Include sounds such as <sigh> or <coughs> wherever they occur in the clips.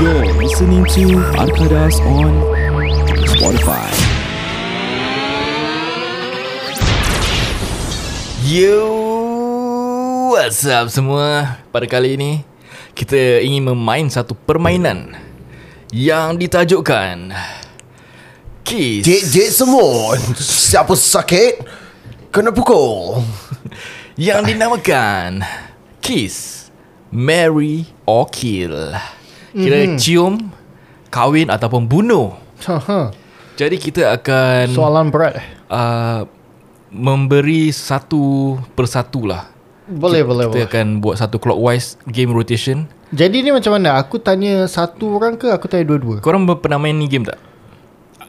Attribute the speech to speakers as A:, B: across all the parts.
A: You're listening to Arkadas on Spotify.
B: Yo, what's up semua? Pada kali ini, kita ingin memain satu permainan yang ditajukkan Kiss.
C: Jek jek semua Siapa sakit Kena pukul
B: yang dinamakan Kiss, Marry or Kill. Kira mm-hmm. cium, kahwin ataupun bunuh.
D: Haha.
B: Jadi kita akan
D: Soalan berat eh.
B: uh, memberi satu persatu lah.
D: Boleh
B: Kita
D: boleh
C: Oh.
D: boleh.
B: akan buat satu clockwise game rotation.
D: Jadi ni macam mana? Aku tanya satu orang ke aku tanya dua-dua?
B: Korang ber- pernah main ni game tak?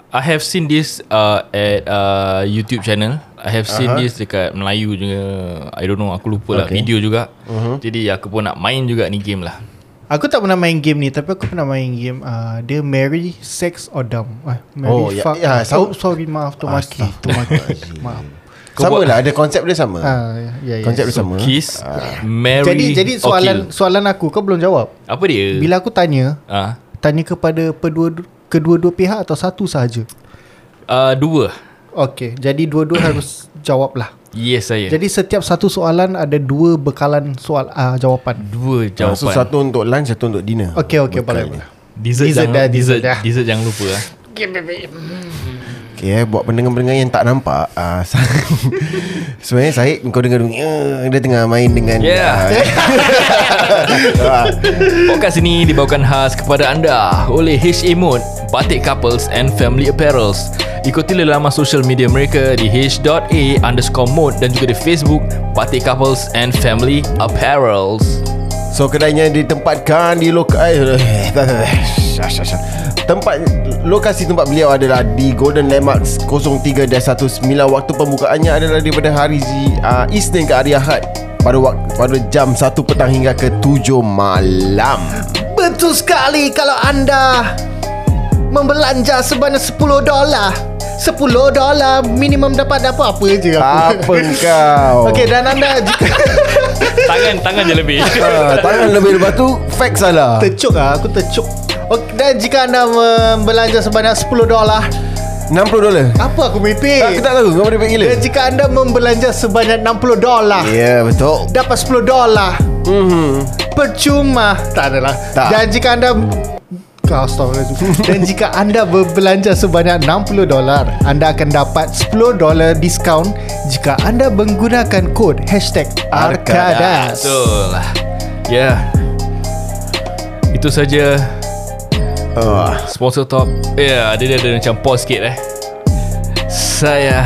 B: I have seen this uh, at uh, YouTube channel. I have seen uh-huh. this dekat Melayu juga. I don't know, aku lupa lah okay. video juga. Uh-huh. Jadi aku pun nak main juga ni game lah.
D: Aku tak pernah main game ni tapi aku pernah main game uh, dia marry sex or dumb. Ah, marry
C: Oh, ya-
D: fuck.
C: ya, sama-
D: oh, sorry maaf tu maki. Tu maki. maaf.
C: Kau Sama lah Ada konsep dia sama
D: Ah, ya, ya,
C: Konsep
D: ya.
C: dia sama
B: Kiss, marry,
D: Jadi jadi
B: or
D: soalan
B: kill.
D: soalan aku kau belum jawab.
B: apa dia?
D: Bila aku tanya,
B: ah
D: tanya kepada kedua kedua-dua pihak atau satu sahaja?
B: uh, dua.
D: Okey, jadi dua-dua harus <coughs> jawab lah.
B: Yes saya. Jadi
D: Jadi setiap satu soalan ada dua bekalan soal uh, jawapan.
B: dua
C: Ah,
B: jawapan.
C: So satu untuk lunch Satu untuk dinner
D: Okey okey
C: Bekal ni.
D: boleh. boleh.
B: dessert,
D: Dessert
B: jangan,
D: dah,
B: dessert,
D: dessert dah.
B: dessert jangan lupa lah.
C: Okay eh, Buat pendengar-pendengar yang tak nampak uh, <laughs> Sebenarnya Syed Kau dengar dunia Dia tengah main dengan
B: Yeah.
C: ah,
B: Podcast ini dibawakan khas kepada anda oleh HA Mode, Batik Couples and Family Apparels. Ikuti laman social media mereka di h.a underscore mode dan juga di Facebook Batik Couples and Family Apparels.
C: So kedainya ditempatkan di lokasi <laughs> Tempat lokasi tempat beliau adalah di Golden Landmarks 03-19 Waktu pembukaannya adalah daripada hari uh, Isnin ke hari Ahad pada waktu pada jam 1 petang hingga ke 7 malam.
D: Betul sekali kalau anda membelanja sebanyak 10 dolar. 10 dolar minimum dapat dapat apa je
C: Apa
D: <laughs> aku.
C: kau?
D: Okey dan anda jika
B: Tangan, tangan je <laughs> lebih.
C: Ah, tangan lebih lepas tu fax salah.
D: <laughs> tercuk ah aku tercuk. Okey dan jika anda membelanja sebanyak 10 dolar,
C: 60 dolar. Ah,
D: apa aku mimpi?
C: Aku tak tahu kau boleh pergi gila.
D: Dan jika anda membelanja sebanyak 60 dolar,
C: Ya, betul.
D: dapat 10 dolar.
C: Mhm.
D: Percuma Tak adalah
C: Tak. Hmm.
D: Dan jika anda Kau Astagfirullahaladzim Dan jika anda berbelanja sebanyak 60 dolar Anda akan dapat 10 dolar diskaun Jika anda menggunakan kod Hashtag
B: Ah,
D: Arkadas
B: Betul. Ya. Yeah. Itu saja
C: Ah.
B: sponsor talk. Ya, yeah, dia ada macam pause sikit eh. Saya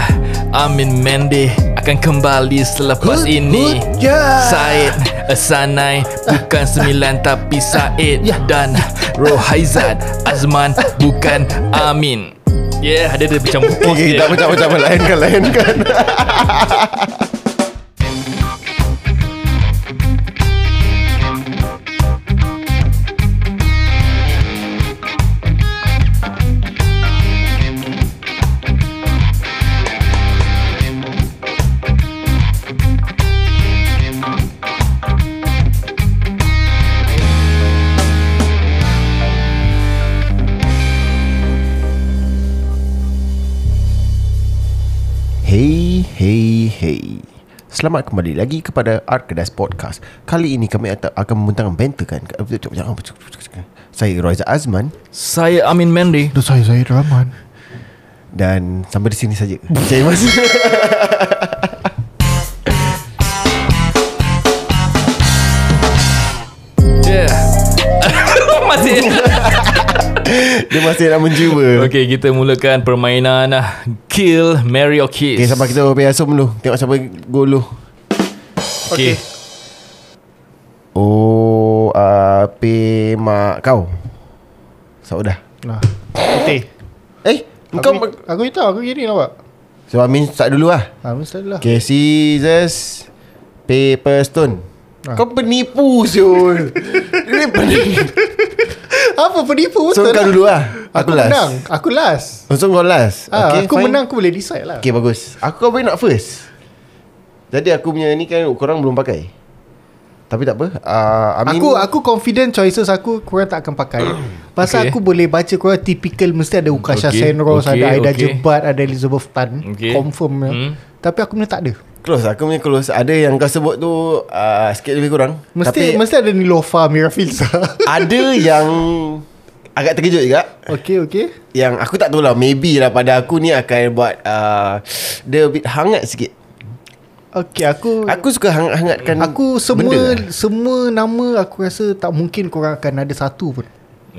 B: Amin Mende akan kembali selepas ini.
D: yeah.
B: Said Sanai bukan sembilan tapi Said
C: Ya.
B: dan Rohaizat Azman bukan Amin. Yeah, ada dia
C: <laughs>
B: macam pause
C: Okey, Eh, tak
B: sikit.
C: macam-macam lainkan lainkan. Hey, hey, hey. Selamat kembali lagi kepada Arkadas Podcast. Kali ini kami at- akan membentangkan bentakan. Saya Royza Azman
B: Saya Amin Mende.
D: Itu saya Zahid Rahman
C: dan sampai di sini saja. Terima kasih.
B: Yeah. Ya. <laughs> Masih.
C: Dia masih nak mencuba. Okay.
B: Okay, kita mulakan permainan ah, Kill, Marry or Kiss.
C: okay, sampai kita pergi asum dulu. Tengok siapa gol dulu.
B: Okay.
C: Oh, uh, pe mak kau. Saudah.
D: Nah Putih
C: Eh,
D: Aku,
C: kau
D: aku, aku hitam Aku kiri nampak
C: So Amin start dulu lah.
D: Ha mesti lah
C: Okay, scissors, paper, stone.
D: Ah.
C: Kau penipu Syul Dia penipu
D: Apa penipu
C: So
D: betul
C: kau
D: lah.
C: dulu lah
D: Aku
C: Aku last
D: menang Aku last
C: Oh, So kau last
D: Ah,
C: Okay,
D: Aku
C: fine.
D: menang aku boleh decide lah
C: Okay bagus Aku kau boleh nak first Jadi aku punya ni kan Korang belum pakai Tapi tak apa. Uh, Amin,
D: Aku aku confident choices aku korang tak akan <clears throat> pakai.
B: Okay.
D: Pasal okay. aku boleh baca korang typical mesti ada Ukasha
B: Okay,
D: okay. Senros,
B: okay,
D: okay. ada Aida
B: okay.
D: okay. Jebat, ada Elizabeth Tan.
B: Okay.
D: Okay. Confirm.
B: Hmm.
D: Hmm. Tapi aku punya tak ada.
C: close. Aku punya close. Ada yang kau sebut tu uh, sikit lebih kurang.
D: Mesti
C: Tapi
D: mesti ada Nilofa, Mira Filza.
C: ada yang agak terkejut juga.
D: <laughs> okay, okay.
C: Yang aku tak tahulah Maybe lah pada aku ni Akan buat uh, Dia a bit hangat sikit
D: Okay, aku aku,
C: Aku suka hangat-hangatkan
D: semua
C: benda.
D: semua nama aku rasa tak mungkin korang akan ada satu pun.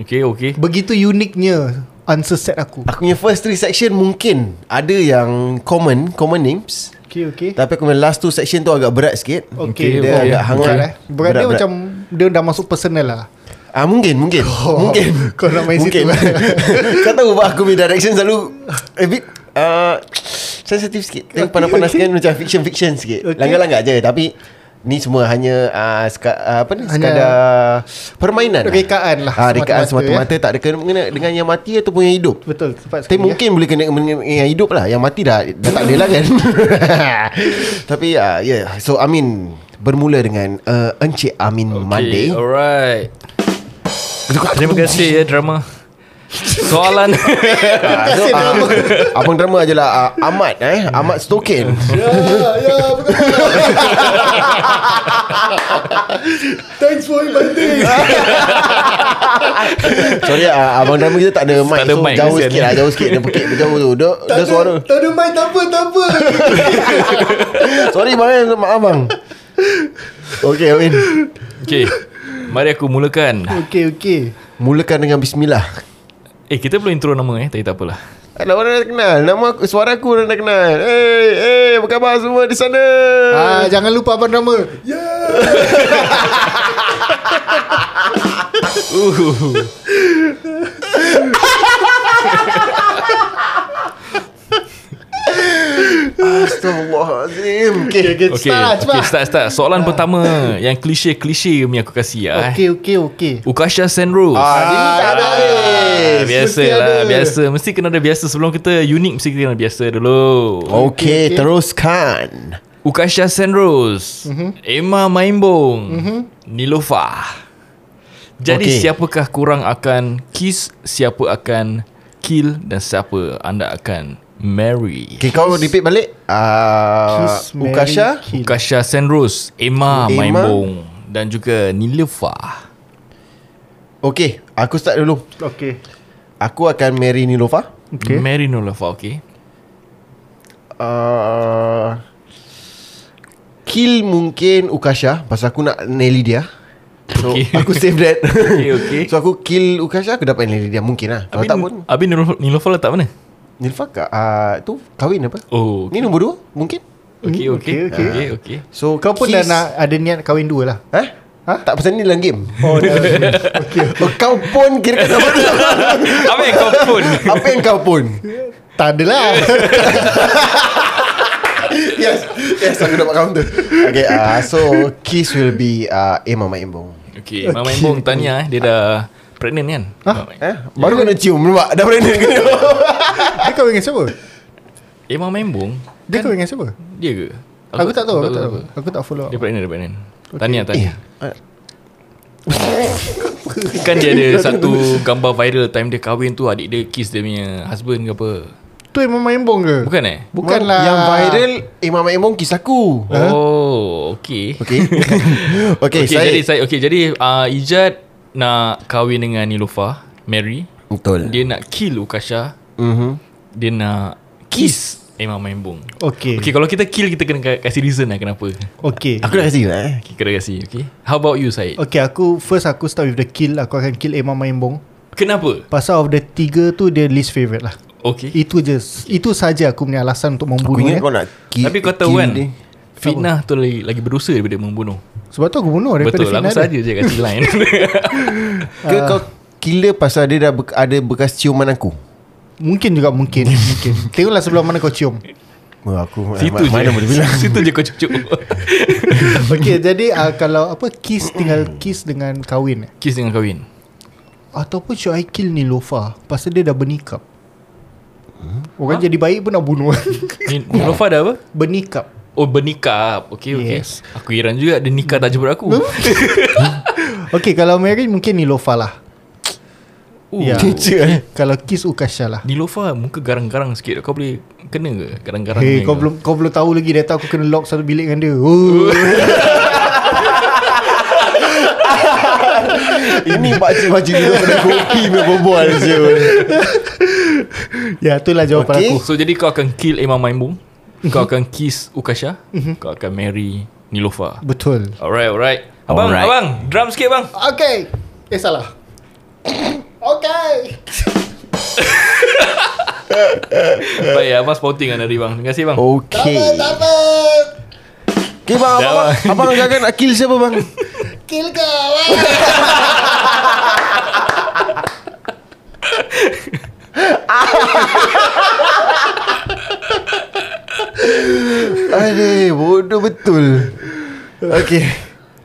B: Okay okay
D: Begitu uniknya answer set aku.
C: Aku punya first three section mungkin Ada yang common Common names
D: Okay, okay.
C: Tapi aku punya last two section tu Agak berat sikit
D: Okay,
C: Dia
B: okay.
C: agak hangat
D: Berat, eh. berat, berat dia macam dia dah masuk personal lah.
C: ah, Mungkin
D: <laughs>
C: Mungkin Mungkin
D: kau nak main
C: mungkin. <laughs>
D: situ.
C: Kau tahu bah, aku punya direction selalu A bit uh, Sensitive sikit Tengok panas-panaskan Macam fiction-fiction sikit
D: Okay.
C: Langgar-langgar je Tapi Ni semua hanya uh, ska, uh, apa ni
D: Hanya-
C: sekadar permainan
D: Rekaan lah,
C: Ah, rekaan semata-mata
D: semata-mata,
C: tak ada kena mengena dengan yang mati ataupun yang hidup.
D: Betul,
C: Tapi
D: tepat sekali, ya.
C: mungkin boleh kena dengan yang hidup lah Yang mati dah, dah tak ada lah kan <laughs> Tapi uh, yeah. So Amin Bermula dengan uh, Encik Amin okay, Mande
B: okay, Alright Terima kasih ya drama Soalan <laughs>
C: Ah, so, ah, <laughs> Abang drama je lah ah, Ahmad eh Ahmad <laughs> Stokin
D: Ya, Thanks for inviting.
C: Sorry ah, Abang drama kita tak ada
B: Tak
C: mic
B: ada
C: So
B: mic,
C: jauh
B: kesian.
C: sikit lah Jauh sikit Dia pekik jauh tu <laughs> Dia, dia suara
D: Tak ada mic, tak apa, tak apa.
C: Sorry bang eh, Maaf bang Okay Amin
B: Okay Mari aku mulakan
D: okay, okay.
C: Mulakan dengan bismillah
B: Eh kita belum intro nama eh Tapi tak apalah
C: Alah orang dah kenal Nama aku Suara aku orang dah kenal Hey Hey Apa khabar semua di sana
D: Ah, Ya. jangan lupa abang nama. Yeah.
C: Astagfirullahalazim <laughs> Okay
D: Okay,
B: Okay, okay start start Soalan pertama Yang klise-klise punya aku kasih lah eh.
D: Okay, okay, okay.
B: Ukasha Senros
C: Ah, ni tak ada
B: Ah,
C: habis.
B: biasa
D: mesti
B: lah
D: ada.
B: Biasa Mesti kena ada biasa Sebelum kita unik Mesti kena ada biasa dulu
C: Okay,
D: okay.
C: teruskan
B: Ukasha Senros Emma Maimbong Nilofa Jadi
C: Okay.
B: siapakah kurang akan Kiss Siapa akan Kill Dan siapa anda akan Marry
C: Okay kau repeat balik uh,
D: Kiss, marry,
C: Ukasha
D: kill.
B: Ukasha Senros Emma,
C: Emma.
B: Maimbong Dan juga Nilofa
C: Okay Aku start dulu
D: Okay.
C: Aku akan marry Nilofa
D: Okay.
B: Marry Nilofa okay
C: uh, Kill mungkin Ukasha Pasal aku nak Nelly dia So
B: Okay.
C: okay. aku save that
B: Okay, okay.
C: So aku kill Ukasha Aku dapat Nelly dia Mungkin lah Kalau
B: Habis,
C: tak pun
B: habis Nilofa, Nilofa letak mana?
C: Nilfa uh, tu kahwin apa
B: Oh
C: Ni nombor dua Mungkin
B: Okay
D: Hmm,
B: okay
D: okay, okay.
B: okay, okay.
C: So
D: Kau pun dah
C: kiss-
D: nak ada niat kahwin dua lah.
C: Ha?
D: Ha?
C: Tak pasal ni dalam game
D: Oh,
C: <laughs>
D: dah.
C: Oh, Kau pun kira kata apa
D: <laughs>
C: tu?
B: Apa yang kau pun
C: Apa yang kau pun
D: tak ada lah.
C: Yes Yes aku dapat counter Okay uh, So Kiss will be uh, Emma Mak Imbong
B: Okay Mama Embong tanya eh Dia dah pregnant kan
D: Ha?
C: Eh? Baru kena cium Nampak Dah berani kena
D: <laughs> Dia kahwin dengan siapa?
B: Eh Mama Embong
D: Dia kahwin dengan siapa?
B: Dia ke?
D: Aku, tak tahu, aku tak tahu. Aku tak follow.
B: Dia pregnant Dia pregnant Tanya
C: Eh,
B: tanya <laughs> Kan dia ada satu gambar viral Time dia kahwin tu Adik dia kiss dia punya husband ke apa
D: Tu memang maimbong ke? lah.
B: Bukan eh?
D: Bukanlah.
C: Yang viral Emma Mak Imbong Kiss aku
B: Oh Okay
C: <laughs> Okay
B: Okay,
C: Okay, saya
B: jadi saya okay jadi uh, Ijat nak kahwin dengan Nilofa Mary
C: Betul
B: Dia nak kill Ukasha
C: Mhm.
B: Dia nak kiss Emma Maimbong
D: Okay.
B: Okay kalau kita kill Kita kena ka- kasih reason lah kenapa
D: Okay.
C: Aku nak kasih eh
B: okay, Kena kasih okay How about you Syed okay.
D: Okay, aku first aku start with the kill. Aku akan kill Emma Maimbong.
B: Kenapa
D: Pasal of the tiga tu dia least favourite lah.
B: Okay
D: Itu je. Itu saja aku punya alasan untuk ya.
C: Aku
D: membunuhnya.
C: ingat kau nak ki-
B: Tapi kau tahu
C: kill
B: kan
C: dia.
B: Fitnah tu lagi, lagi berdosa daripada membunuh
D: Sebab tu aku bunuh daripada
B: Betul
D: fitnah
B: Aku
D: dia.
B: saja je kasih
D: <laughs>
B: line
C: Ke kau Killer pasal dia dah bek- ada bekas ciuman aku
D: Mungkin juga
B: <laughs>
D: mungkin. mungkin. Tengoklah sebelah mana kau cium.
C: Wah, aku
B: Situ je
C: mana boleh bilang
B: <laughs> Situ je kau cucuk
D: Okay, jadi uh, kalau apa kiss tinggal kiss dengan kahwin eh.
B: Kiss dengan kahwin
D: Ataupun should I kill Nilofa Pasal dia dah bernikah
C: Hmm?
D: Orang jadi baik pun nak bunuh <laughs>
B: Ni- Nilofa dah apa?
D: Bernikah
B: Oh bernikah Okay okay
D: Yes.
B: Aku heran juga Dia nikah tak jemput aku
D: Okay kalau married mungkin Nilofa lah
B: Oh, <laughs>
D: Ya.
C: Teacher
D: Kalau kiss Ukasha lah
B: Nilofa muka garang-garang sikit Kau boleh kena ke garang-garang
D: Hey,
B: ni
D: Eh, kau belum kau belum tahu lagi data aku kena lock satu bilik dengan dia.
C: <laughs>
D: Oh.
C: <laughs> Ini pakcik-pakcik dulu Pada kopi punya berbual siul.
D: ya, itulah jawapan
C: Okay.
D: okay. aku.
B: Oh, So jadi kau akan kill Imam Maimbung
C: Mm-hmm.
B: Kau akan kiss Ukasha Kau akan marry Nilofa
D: Betul.
B: Alright alright Abang
A: Alright.
B: abang Drum sikit bang
D: Okay. Eh salah. <coughs> Okay.
B: Baik abang sporting kan hari bang Terima kasih bang
C: Oh, Okay
D: apa?
C: Okay bang
B: Dah,
C: Abang, abang,
B: bang.
C: abang jangan nak kill siapa bang
D: Kill kau.
C: Aduh Bodoh betul Okay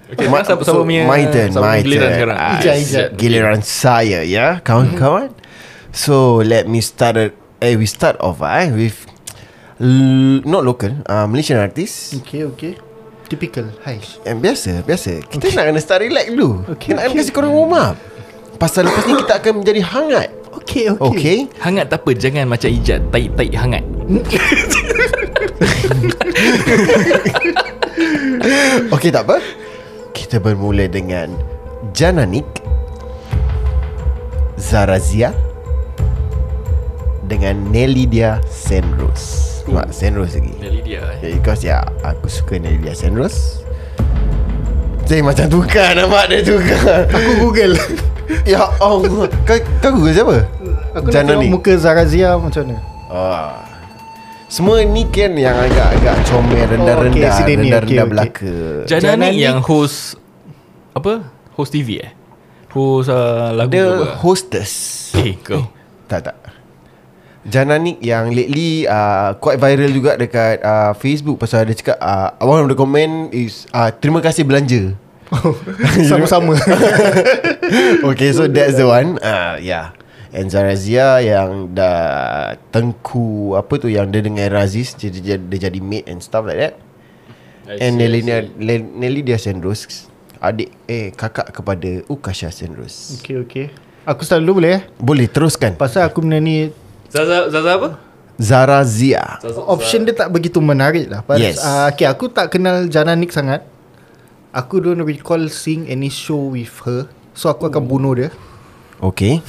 B: Okay, Ma- siapa, siapa
C: so,
B: punya
C: my turn,
B: siapa
C: my
B: punya giliran
C: turn.
B: sekarang
C: Ah,
D: Ijat, ijat.
C: Giliran saya ya Kawan-kawan So let me start it- Eh we start off eh With l- Not local uh, Malaysian artist
D: Okay, okay. Typical. Hai.
C: Yang biasa Biasa Kita nak kena start relax dulu
D: Okay,
C: okay, Kita nak
D: okay.
C: kasi korang warm up Pasal lepas ni kita akan menjadi hangat
D: Okay, okay.
C: Okay
B: Hangat tak apa Jangan macam ijat Taik-taik hangat
C: Okay tak apa Kita bermula dengan Jananik Zarazia Dengan Nelidia Senros Mak Senros lagi
B: Dari dia eh.
C: Yeah, Because ya Aku suka Nelidia Senros Jadi macam tukar Nampak dia tukar
D: Aku Google.
C: <laughs> Ya Allah Kau, kau Google siapa?
D: aku nak tengok muka Zarazia macam <laughs> mana.
C: Ah. Semua ni kan yang agak-agak comel rendah-rendah
D: Oh, okay, si Daniel.
C: rendah-rendah
D: Okay, okay.
C: belaka.
B: Jana,
D: Jana
B: ni
D: ni-
B: yang host Apa? Host TV eh? Host uh, lagu ke
C: Dia
B: apa?
C: hostess.
B: Eh kau
C: Tak tak. Jananik yang lately uh, quite viral juga dekat uh, Facebook pasal ada cakap uh, one of the comment is uh, terima kasih belanja. <laughs>
D: Sama-sama.
C: okay, so that's the one. Uh, yeah. And Zarazia yang dah tengku apa tu yang dia dengan Raziz dia, dia, dia jadi mate and stuff like that. And Nelina Nelly dia Sendros adik eh kakak kepada Ukasha Sendros.
D: okay, okay. Aku start dulu boleh eh?
C: Boleh teruskan.
D: Pasal aku benda ni
B: Zaza, Zaza apa?
C: Zarazia.
D: option dia tak begitu menarik lah. Pas,
C: Yes.
D: Uh, okay, aku tak kenal Jana Nick sangat. Aku don't recall seeing any show with her. So aku akan bunuh dia.
C: Okay.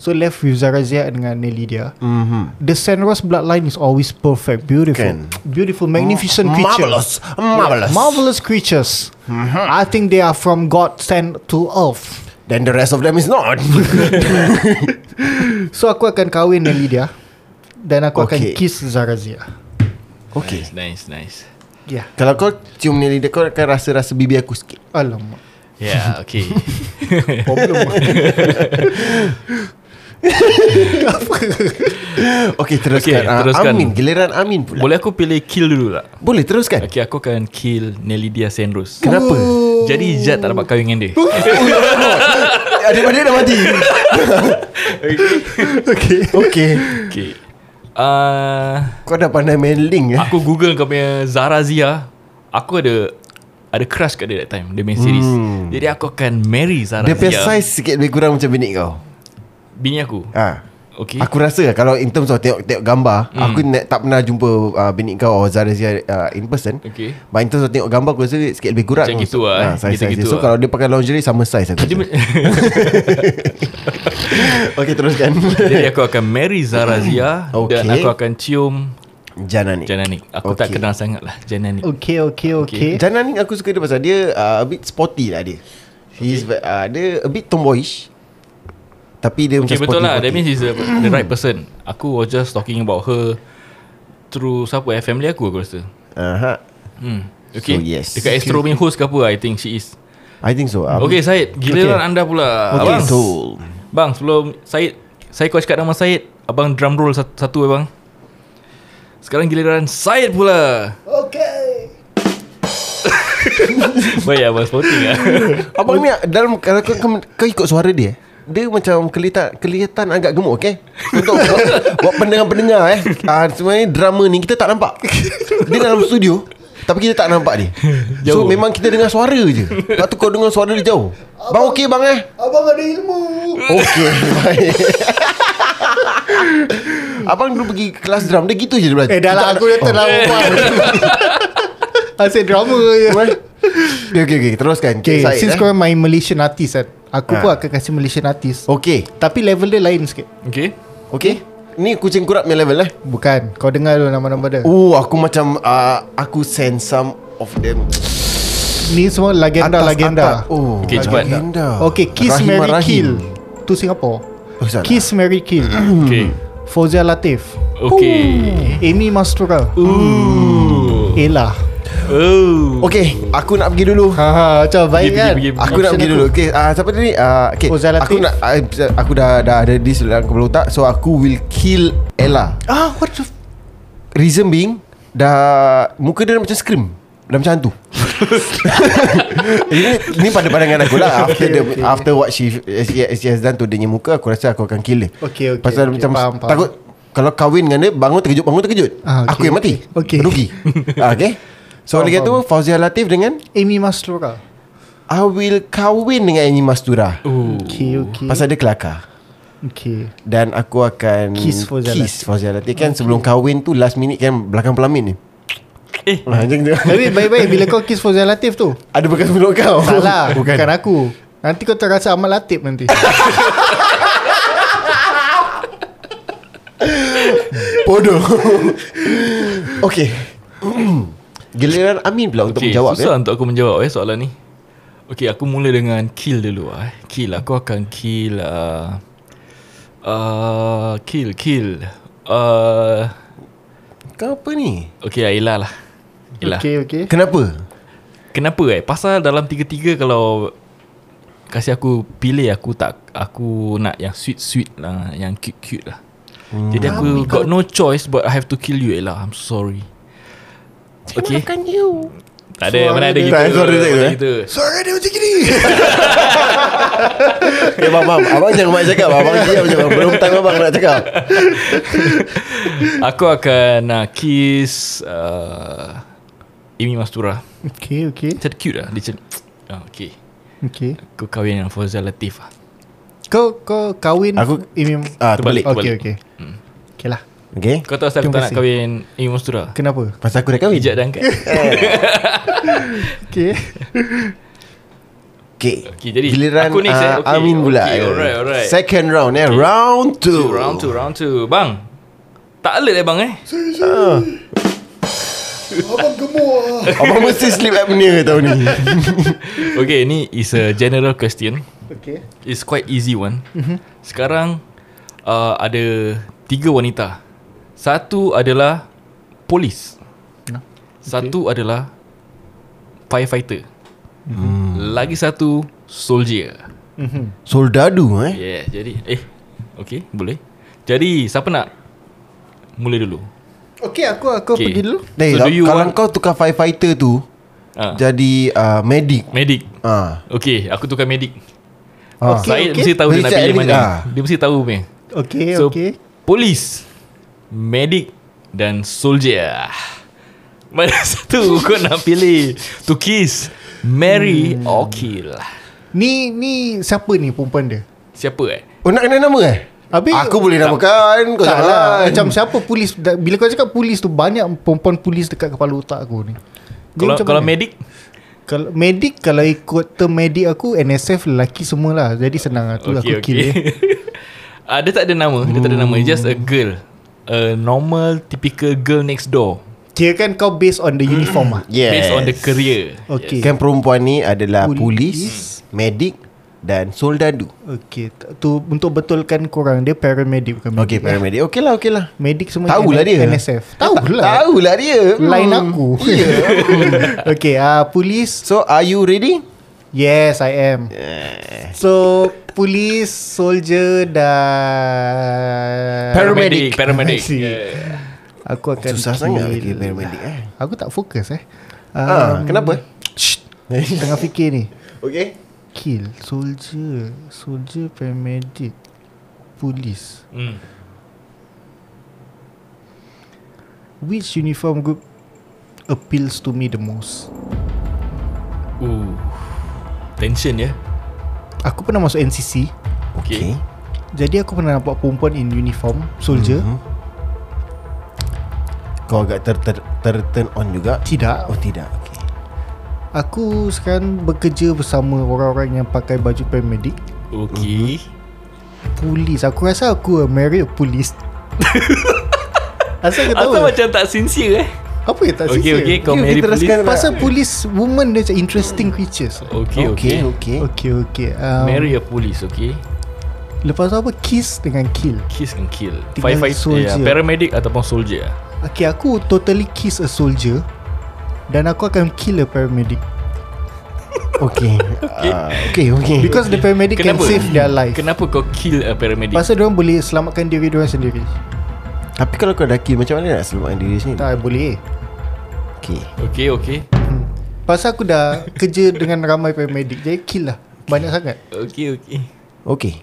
D: So left with Zarazia dengan Nelidia.
C: Mhm.
D: The Sandros bloodline is always perfect, beautiful,
C: Kan. Oh,
D: beautiful, magnificent creature.
C: Marvelous. Marvelous. Mm-hmm.
D: marvelous creatures. I think they are from God sent to earth.
C: Then the rest of them is not.
D: So aku akan kahwin Nelidia <coughs> dan aku
C: Okay.
D: akan kiss Zarazia.
C: <laughs> okay.
B: Nice nice
D: Yeah.
C: Kalau kau cium ni lidah kau akan rasa-rasa bibi aku sikit.
D: Alamak.
B: Yeah okay <laughs>
C: <laughs>
D: Problem.
C: Okay, teruskan.
B: Okay,
C: Ah,
B: teruskan.
C: Amin, giliran Amin pula.
B: Boleh
C: Boleh,
B: aku pilih kill dulu tak?
C: Boleh teruskan.
B: Okay
C: Okay.
B: aku akan kill Nelidia Sandros
C: Kenapa?
B: Jadi Ijat tak dapat kahwin dengan dia
C: Adik adik dah mati. <laughs> okay. Okay.
B: Okay uh,
C: Kau dah pandai main link eh.
B: Aku google kau punya Zara Zia Aku ada Ada crush kat dia that time Dia main series hmm. Jadi aku akan marry Zara
C: Dia punya
B: Zia
C: size sikit lebih kurang macam bini kau.
B: Bini aku
C: Ha.
B: Okay Hmm.
C: Aku rasa lah kalau in terms of tengok, tengok gambar, aku ne- tak pernah jumpa uh, bini kau or Zara Zia uh, in person.
B: Okay
C: But in terms of tengok gambar aku rasa sikit lebih kurang.
B: Macam gitu lah, eh.
C: Ha, size, size
B: Gitu-gitu
C: dia. So
B: lah.
C: kalau dia pakai lingerie sama size aku.
B: Dia
C: rasa.
B: ma-
C: <laughs> okay
B: <laughs>
C: teruskan.
B: Jadi aku akan marry Zara Zia okay. Dan
C: Okay.
B: aku akan cium
C: Jana ni.
B: Jana Nick Aku okay. tak
C: Okay. Oh,
B: kenal sangat lah Jana Nick
D: okay, okay, okay.
C: Jana ni aku suka dia pasal dia uh, a bit sporty lah dia. He's uh, dia a bit tomboyish. Tapi dia
B: Okay
C: macam
B: betul
C: sporty.
B: lah That
C: sporty.
B: means he's the, the right person Aku was just talking about her Through siapa eh Family aku aku rasa
C: Aha.
B: hmm. Okay
C: So, yes.
B: Dekat Astro punya host ke apa I think she is
C: I think so. Um,
B: Okay Syed Giliran anda pula
C: Okay,
B: Abang.
C: so
B: Bang sebelum Syed Saya kau cakap nama Syed Abang drum roll satu, satu eh bang Sekarang giliran Syed
C: <laughs>
B: pula
D: Okay.
B: Baik abang sporting
C: ah.
B: lah
C: Abang ni dalam kalau kau, kau, kau ikut suara dia dia macam kelihatan kelihatan agak gemuk okay? Untuk <laughs> buat pendengar-pendengar eh. Ah uh, sebenarnya drama ni kita tak nampak. Dia dalam studio Tapi kita tak nampak dia
B: Jauh.
C: So memang kita dengar suara je Lepas tu kau dengar suara dia jauh Bang okey bang eh
D: Abang ada ilmu
C: Okey <laughs> baik Abang dulu pergi kelas drum Dia gitu je dia belajar
D: Eh dah lah
C: Kita
D: aku dah
C: ada-
D: terlalu
C: <laughs>
D: Asyik drama je
C: Well, Okay, okay, okay. Teruskan.
D: Okay
C: Said,
D: since
C: eh.
D: korang main Malaysian artist kan Aku
C: Ha. Oh.
D: pun akan kasih Malaysian artist
C: Okay,
D: Tapi level dia lain sikit
B: <laughs> Okay
C: okay. Ni kucing kurap punya level eh.
D: Bukan Kau dengar dulu nama-nama dia
C: Oh, aku macam uh, aku send some of them.
D: Ni semua legenda-legenda
C: atas. Oh,
B: Okay, cepat.
C: legenda.
D: Okay Kiss
C: Rahim
D: Mary
C: Rahim.
D: Kill To Singapore
C: Oh, salah.
D: Kiss Mary Kill
B: <clears throat>
C: Hmm.
B: Okay
D: Fauzia Latif
B: Okay
D: Amy Mastura
B: Hmm. Ooh.
D: Ella
C: Oh.
B: Ooh.
C: Okay, aku nak pergi dulu.
D: ha, ha, Macam
B: Pergi,
D: baik kan
B: pergi, pergi.
C: Aku nak pergi dulu. Okay, uh, siapa tadi? Uh, okay,
D: Oh, Zalatif.
C: aku nak I, aku dah dah ada di dalam kepala otak. So aku will kill Ella.
D: Ah what the f-
C: Reason being Dah Muka dia dah macam scream Dah macam
D: <laughs>
C: hantu ini, ini pada pandangan aku
D: <laughs>
C: lah After the, after what she, she, she has done to dia punya muka Aku rasa aku akan kill dia
D: Okay, okay,
C: Pasal
D: okay,
C: macam
D: faham, faham.
C: Takut kalau kahwin dengan dia Bangun terkejut Bangun terkejut
D: Ah, okay,
C: Aku yang mati
D: okay. <laughs>
C: Rugi ah, Okay So
D: Faham,
C: lagi tu
D: faham.
C: Fauzia Latif dengan
D: Amy Mastura
C: I will kahwin dengan Annie Mastura
B: Ooh.
D: Okay okay
C: Pasal dia kelakar
D: Okay
C: Dan aku akan
D: Kiss Fauzia
C: Kiss Fauzia Latif Kan sebelum kahwin tu Last minute kan Belakang pelamin ni
B: Eh.
C: Ah, macam
B: <laughs>
C: tu.
D: Tapi baik-baik bila kau kiss Fauzia Latif tu
C: Ada bekas mulut kau
D: Salah
C: Oh, <laughs> Bukan,
D: Bukan, Bukan aku Nanti kau terasa amat latip nanti <laughs>
C: Bodoh Okay <clears throat> Giliran Amin pula untuk
B: okay,
C: menjawab
B: Susah
C: ya.
B: untuk aku menjawab eh soalan ni Okay aku mula dengan kill dulu eh. Kill Aku akan kill uh, uh, Kill Kill uh,
C: Kau apa ni?
B: Okay lah Ella lah Ella okay.
D: Okay okay
C: Kenapa?
B: Kenapa eh Pasal dalam tiga-tiga kalau Kasih aku pilih aku tak Aku nak yang sweet-sweet lah Yang cute-cute lah hmm. Jadi aku got no choice But I have to kill you Ella I'm sorry Okay
C: Makan you
B: Tak ada Mana ada
C: dia-
B: gitu
C: Tak, suara dia
B: Mana
C: tu, eh?
B: gitu
C: Suara dia macam gini <laughs> Ya bang, bang Abang jangan banyak cakap Abang diam je bang. Belum time abang nak cakap
B: Aku akan uh, kiss uh, Amy Mastura
D: Okay okay
B: Macam cute lah Dia macam ah, Okay
D: Okay
B: Aku kahwin dengan Fauzal Latif lah
D: Kau kau kahwin
C: Aku-
D: Imam
C: Ah, terbalik
D: Okay
B: terbalik.
D: okay
B: Hmm.
D: Okay lah
C: Okay
B: Kau tahu asal aku
D: Terima
B: tak nak
D: kasih.
B: kahwin Amy Mastura
D: Kenapa?
C: Pasal aku dah kahwin
B: Hijab dan angkat
D: Okay
C: Okay,
B: Okay, jadi
C: Giliran
B: aku next, eh?
C: ah,
B: Okay,
C: Amin pula
B: okay, alright, alright.
C: Second round eh Round two
B: Round 2 Round 2 Bang Tak alert eh bang eh
C: <laughs> Abang mesti sleep apnea tahun
B: <laughs>
C: ni
B: Okay ni is a general question
D: <laughs> Okay
B: It's quite easy one Sekarang uh, Ada Tiga wanita Satu adalah Polis Satu adalah Firefighter Lagi satu Soldier
C: Soldadu eh
B: Yeah jadi Eh Okay boleh Jadi siapa nak Mula dulu
D: Okay aku aku
B: Okay.
D: okay. pergi dulu
C: Dai,
B: So,
C: so
B: do you
C: kalau
B: want-
C: kau tukar firefighter tu
B: ha.
C: Jadi uh, medic
B: Medic
C: Ah,
B: Okay aku tukar medic
C: ah.
D: Okay,
B: Saya
D: okay.
B: mesti tahu dia nak
C: Richard
B: pilih
C: Ellis,
B: mana
C: ah.
B: Dia mesti tahu punya
D: Okay
B: So
D: okay
B: Polis Medic Dan soldier Mana <laughs> satu kau nak pilih To kiss Marry
D: Hmm.
B: Or kill
D: Ni ni siapa ni perempuan dia?
B: Siapa eh
C: Oh nak kena nama eh?
D: Habis
C: aku boleh namakan Kau
D: tak
C: jangan
D: lah Macam siapa polis da- Bila kau cakap polis tu Banyak perempuan polis Dekat kepala otak aku ni Dia
B: Kalau
D: macam
B: kalau
D: mana?
B: medic
D: Kalau medik kalau ikut term medik aku NSF lelaki semualah. Jadi senang lah tu okay, aku
B: Okay
D: okay. kill
B: okay <laughs>
D: dia. Hmm.
B: uh, Dia tak ada nama Dia tak ada nama Just a girl A normal Typical girl next door
D: Kira kan kau based on the uniform lah.
C: Yes
B: Based on the career
D: Okay.
C: Kan perempuan ni adalah
D: Polis.
C: Polis, Medic Dan soldadu
D: Okay. t- Tu untuk betulkan korang dia paramedic bukan medik.
C: Okay paramedic Okay lah okay lah
D: Medik semua
C: Tahulah dia
D: NSF. Tahulah.
C: Tahu lah dia Hmm.
D: Lain
C: <laughs>
D: aku. <laughs>
C: Ya.
D: okay, ah uh, polis.
C: So are you ready?
D: Yes, I am. So polis, soldier dan
B: Paramedic Paramedic
D: <laughs> I see.
B: yeah.
D: Aku akan
C: Susah
D: kill.
C: sangat okay, paramedic eh
D: Aku tak fokus eh.
C: Ah, Kenapa?
D: Um, tengah fikir ni.
C: Okay
D: Kill Soldier Soldier Paramedic Polis
B: mm.
D: Which uniform group appeals to me the most?
B: Ooh. Tension ya.
D: Aku pernah masuk NCC.
B: Okay.
D: Jadi aku pernah nampak perempuan in uniform soldier. Mm-hmm.
C: Kau agak ter, ter, ter turn on juga
D: Tidak.
C: Oh tidak okay.
D: Aku sekarang bekerja bersama orang-orang yang pakai baju paramedic.
B: Okay.
D: Polis. Aku rasa aku a married a police. <laughs> Asal kau tahu? lah.
B: Atau macam tak sincere eh.
D: Apa yang tak
B: Okay,
D: sincere?
B: okay, kau
D: You-
B: married
D: kita
C: police.
D: teruskan Pasal police woman dia macam interesting creatures.
B: Okay, okay.
C: Okay,
B: okay.
C: okay.
D: Okay, okay. Um,
B: Marry a police, okay?
D: Lepas tu apa? Kiss dengan kill.
B: Kiss and kill.
D: Tinggal
B: Firefighter,
D: soldier.
B: yeah, paramedic ataupun soldier.
D: Okay, aku totally kiss a soldier dan aku akan kill a paramedic.
C: Okay okay. Uh, okay okay
D: Because the paramedic
B: Kenapa?
D: can save their life.
B: Kenapa kau kill a paramedic?
D: Pasal dia boleh selamatkan diri dia sendiri.
C: Tapi kalau kau daki Macam mana nak selamatkan diri sini
D: Tak boleh.
C: Okay
B: okay, okay.
D: Pasal aku dah kerja dengan ramai paramedic Jadi kill lah Banyak sangat
B: Okay, okay.
C: Okay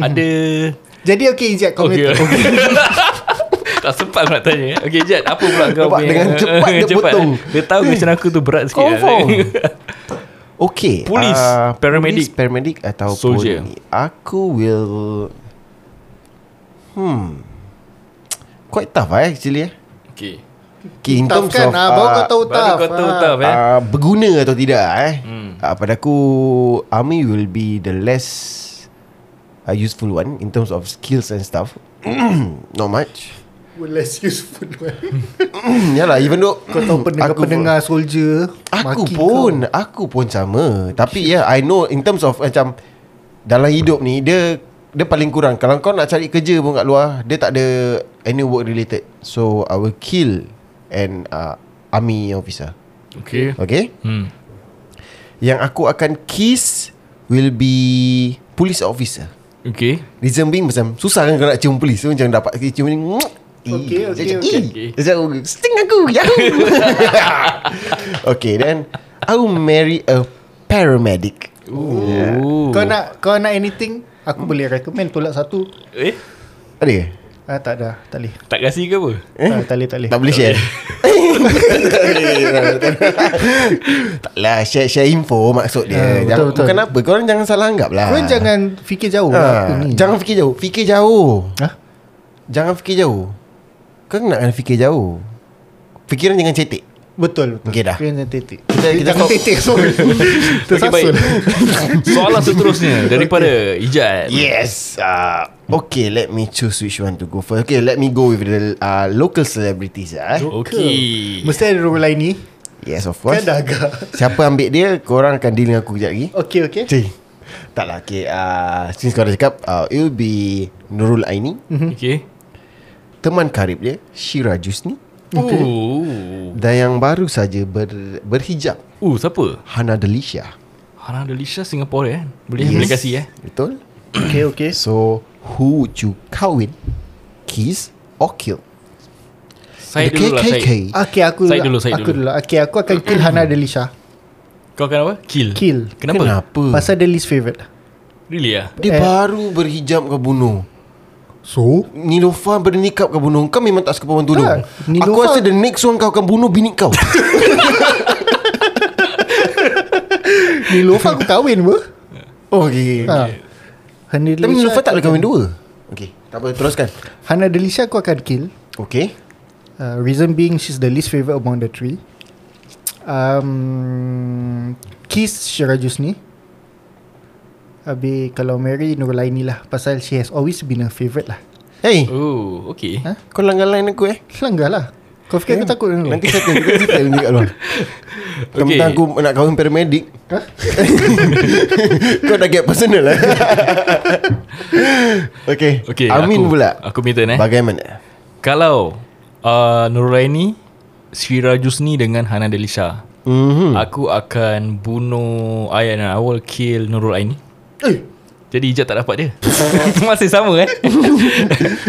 B: Ada...
D: Jadi okay Ijat Hmm. kau
B: Okay.
D: okay. <laughs>
B: okay. <laughs> tak sempat aku nak tanya. eh. Okay, Jad. Apa pula kau
C: Nampak,
B: punya? <laughs> eh?
C: dengan cepat dia potong.
B: Dia tahu macam aku tu berat sikit. eh? <laughs>
C: Confirm. Okay
B: Polis,
C: ah,
B: paramedic.
C: Polis, paramedic Ataupun
B: Soldier.
C: Aku will Hmm Quite tough eh actually eh
B: okay.
C: Okay, in
D: Tough
C: terms of
D: kan ah, Baru
C: ah,
D: kau tahu
B: Baru
D: tough
B: kau tahu
D: ah.
B: tough eh.
C: uh, berguna atau tidak eh.
B: Hmm.
C: Hmm. Uh, pada aku army will be the less uh, useful one in terms of skills and stuff. <clears throat> Not much.
D: Less useful
C: <clears throat> Yalah even though
D: Kau tahu pendengar-pendengar soldier
C: Aku
D: maki
C: pun Aku pun sama Tapi ya yeah, I know In terms of macam Dalam hidup ni Dia Dia paling kurang Kalau kau nak cari kerja pun kat luar Dia tak ada Any work related So I will kill An uh, Army officer
B: Okay.
C: Okay
B: Hmm.
C: Yang aku akan kiss Will be Police officer
B: Okay.
C: Reason being macam Susah kan kau nak cium polis so, Macam dapat cium ni
D: Okay, okay,
B: okay.
C: Macam Sting aku Yahoo <laughs> Okay then I will marry a paramedic
B: Ooh.
D: kau. Kau nak Kau nak anything
C: Hmm.
D: Aku boleh recommend Tolak satu
B: Eh?
C: Ada ke?
D: ah, Tak dah Tak boleh
B: Tak kasih ke apa?
D: ah, Tak boleh Tak boleh
C: Eh? Tak boleh
D: <laughs>
C: share <laughs> Tak lah Share share info Maksud
D: Ya,
C: dia
D: betul,
C: Jangan,
D: betul.
C: Bukan apa Korang jangan salah anggap lah
D: Kau jangan fikir jauh
C: Ah,
D: lah aku ni.
C: Jangan fikir jauh Fikir jauh
D: Hah?
C: Jangan fikir jauh Kau nak kena fikir jauh Fikiran jangan cetek
D: Betul betul.
C: Okey, dah.
D: Kau jangan tetik.
C: Kita- kita
D: jangan
C: stop.
D: tetik
C: <laughs>
D: sorry.
B: Okay, baik.
D: Tersasul.
B: <laughs> Soalan seterusnya daripada Ijat.
C: Yes uh, Okay let me choose which one to go first Okay let me go with the uh, Local celebrities lah, eh.
B: Okay.
D: Mesti ada role lain ni.
C: Yes of
D: Kau
C: course
D: Kan dah Oh, agak.
C: Siapa ambil dia Korang akan deal dengan aku kejap lagi
D: Okey okey.
C: Cik Tak lah okay uh, Since korang cakap uh, It will be Nurul Aini
D: Hmm.
B: Okay.
C: Teman karib dia Shira Jusni
B: Ooh.
C: Dan yang baru saja ber, Berhijab
B: Ooh, siapa?
C: Hana Delisha
B: Hana Delisha Singapore eh. Boleh yes. boleh kasih eh.
C: Betul
D: Okey okey.
C: So Who would you kahwin Kiss Or kill
B: Saya
C: The
B: dulu lah
C: KKK.
B: saya.
D: Okey aku
B: Saya dulu, saya
D: aku
B: dulu.
D: dulu. Okey aku akan kill Hana Delisha.
B: Kau akan apa? Kill.
D: Kill.
B: Kenapa?
C: Kenapa
D: Pasal dia least favorite.
B: Really ah?
C: Dia
D: Eh.
C: baru berhijab ke bunuh
D: So
C: Nilofa bernikah kau bunuh Kau memang tak suka perempuan tudung
D: Tak.
C: Aku
D: Niloufar-
C: rasa the next one kau akan bunuh bini
D: <laughs>
C: kau
D: Nilofa aku kahwin apa?
C: <laughs> Oh okay, okay.
D: Ha. Hana
C: Tapi Nilofa
D: Delisha
C: tak boleh kahwin dua Okay Tak apa teruskan
D: Hana Delisha aku akan kill.
C: Okay
D: Uh, reason being she's the least favorite among the three. Um, Kiss Shira Jusni. Habis kalau Mary Nurlaini lah Pasal she has always been a favourite lah
C: Hey
B: Oh, okay.
D: Ha?
C: Kau langgar line aku eh
D: Langgar lah Kau fikir aku takut dengan
C: Kan? Nanti
D: kau?
C: kata Kau cerita ni kat
B: <laughs>
C: luar
B: Okay.
C: okay. aku nak kahwin paramedic
D: Ha?
C: <laughs> Kau dah get personal lah Okay
B: Okay,
C: Amin
B: aku,
C: pula
B: Aku minta eh.
C: Bagaimana
B: Kalau uh, Nuraini Syira Jusni dengan Hana Delisha.
C: mm-hmm.
B: Aku akan bunuh I, I will kill Nurul Aini.
D: Eh
B: Jadi Ijat tak dapat dia Masih sama eh